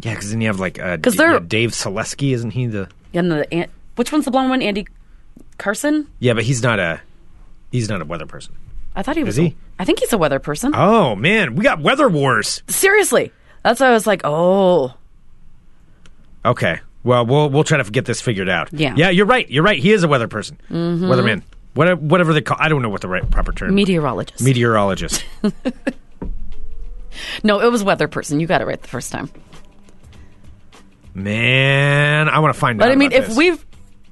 Yeah, because then you have like uh, 'Cause D- they're- uh, Dave Selesky, isn't he the? And the An- which one's the blonde one? Andy Carson? Yeah, but he's not a he's not a weather person. I thought he was. Is he? I think he's a weather person. Oh man, we got weather wars. Seriously, that's why I was like, oh, Okay, well we'll we'll try to get this figured out. Yeah. Mm-hmm. yeah, you're right. You're right. He is a weather person, weatherman, whatever, whatever they call. I don't know what the right proper term. meteorologist. Meteorologist. no, it was weather person. You got it right the first time. man, I want to find out. But I mean, about if this. we've,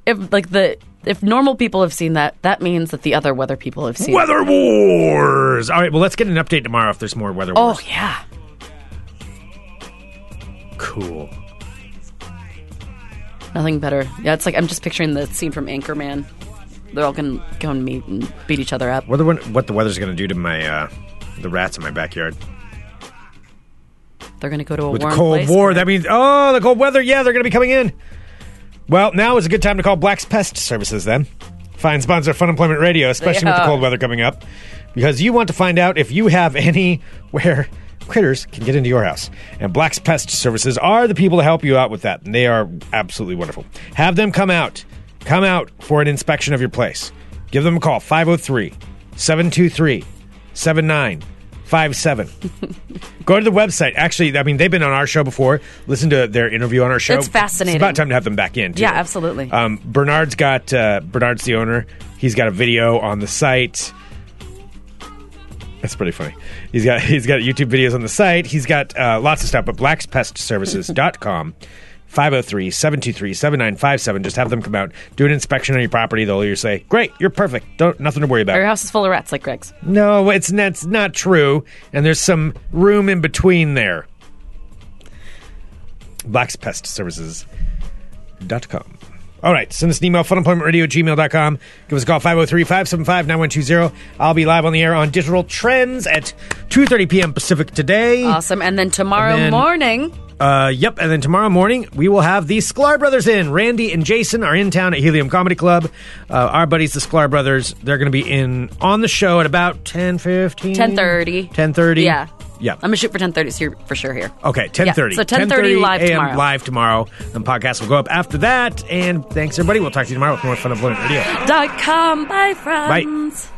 if like the, if normal people have seen that, that means that the other weather people have seen. it. weather wars. All right, well let's get an update tomorrow if there's more weather Oh wars. yeah, Cool. nothing better. Yeah, it's like I'm just picturing the scene from Anchorman. They're all gonna go and meet and beat each other up. Whether what the weather's going to do to my uh, the rats in my backyard. They're gonna go to a with the warm Cold place. War. That means oh, the cold weather. Yeah, they're going to be coming in. Well, now is a good time to call Black's Pest Services. Then, find sponsor of Fun Employment Radio, especially with the Yeah. cold weather coming up, because you want to find out if you have any where critters can get into your house. And Black's Pest Services are the people to help you out with that. And they are absolutely wonderful. Have them come out. Come out for an inspection of your place. Give them a call 503 723 7957 go to the website. Actually, I mean, they've been on our show before. Listen to their interview on our show. It's fascinating. It's about time to have them back in. too. Yeah, absolutely. Um, Bernard's got uh, Bernard's the owner. He's got a video on the site. That's pretty funny. He's got he's got YouTube videos on the site. He's got uh, lots of stuff. But blackspestservices.com. 503-723-7957 just have them come out do an inspection on your property they'll either say great you're perfect don't nothing to worry about Our house is full of rats, like Greg's. no, it's that's not true. And there's some room in between there. BlackspestServices.com. All right, send us an email, funemploymentradio at gmail.com. Give us a call, 503-575-9120. I'll be live on the air on Digital Trends at 2.30 p.m. Pacific today. Awesome. And then tomorrow Hmm. And then- morning, Uh, yep, and then tomorrow morning we will have the Sklar Brothers in. Randy and Jason are in town at Helium Comedy Club. Uh, our buddies, the Sklar Brothers, they're going to be in on the show at about 10, 15? 10:30. 10.30? Yeah. Yeah. I'm gonna shoot for 10:30, so you're for sure here. Okay, 10.30. Yeah, so 10:30 live a.m. tomorrow. live tomorrow. And podcast will go up after that. And thanks, everybody. We'll talk to you tomorrow with more Fun Employment Radio. Dot com. Bye, friends. Bye.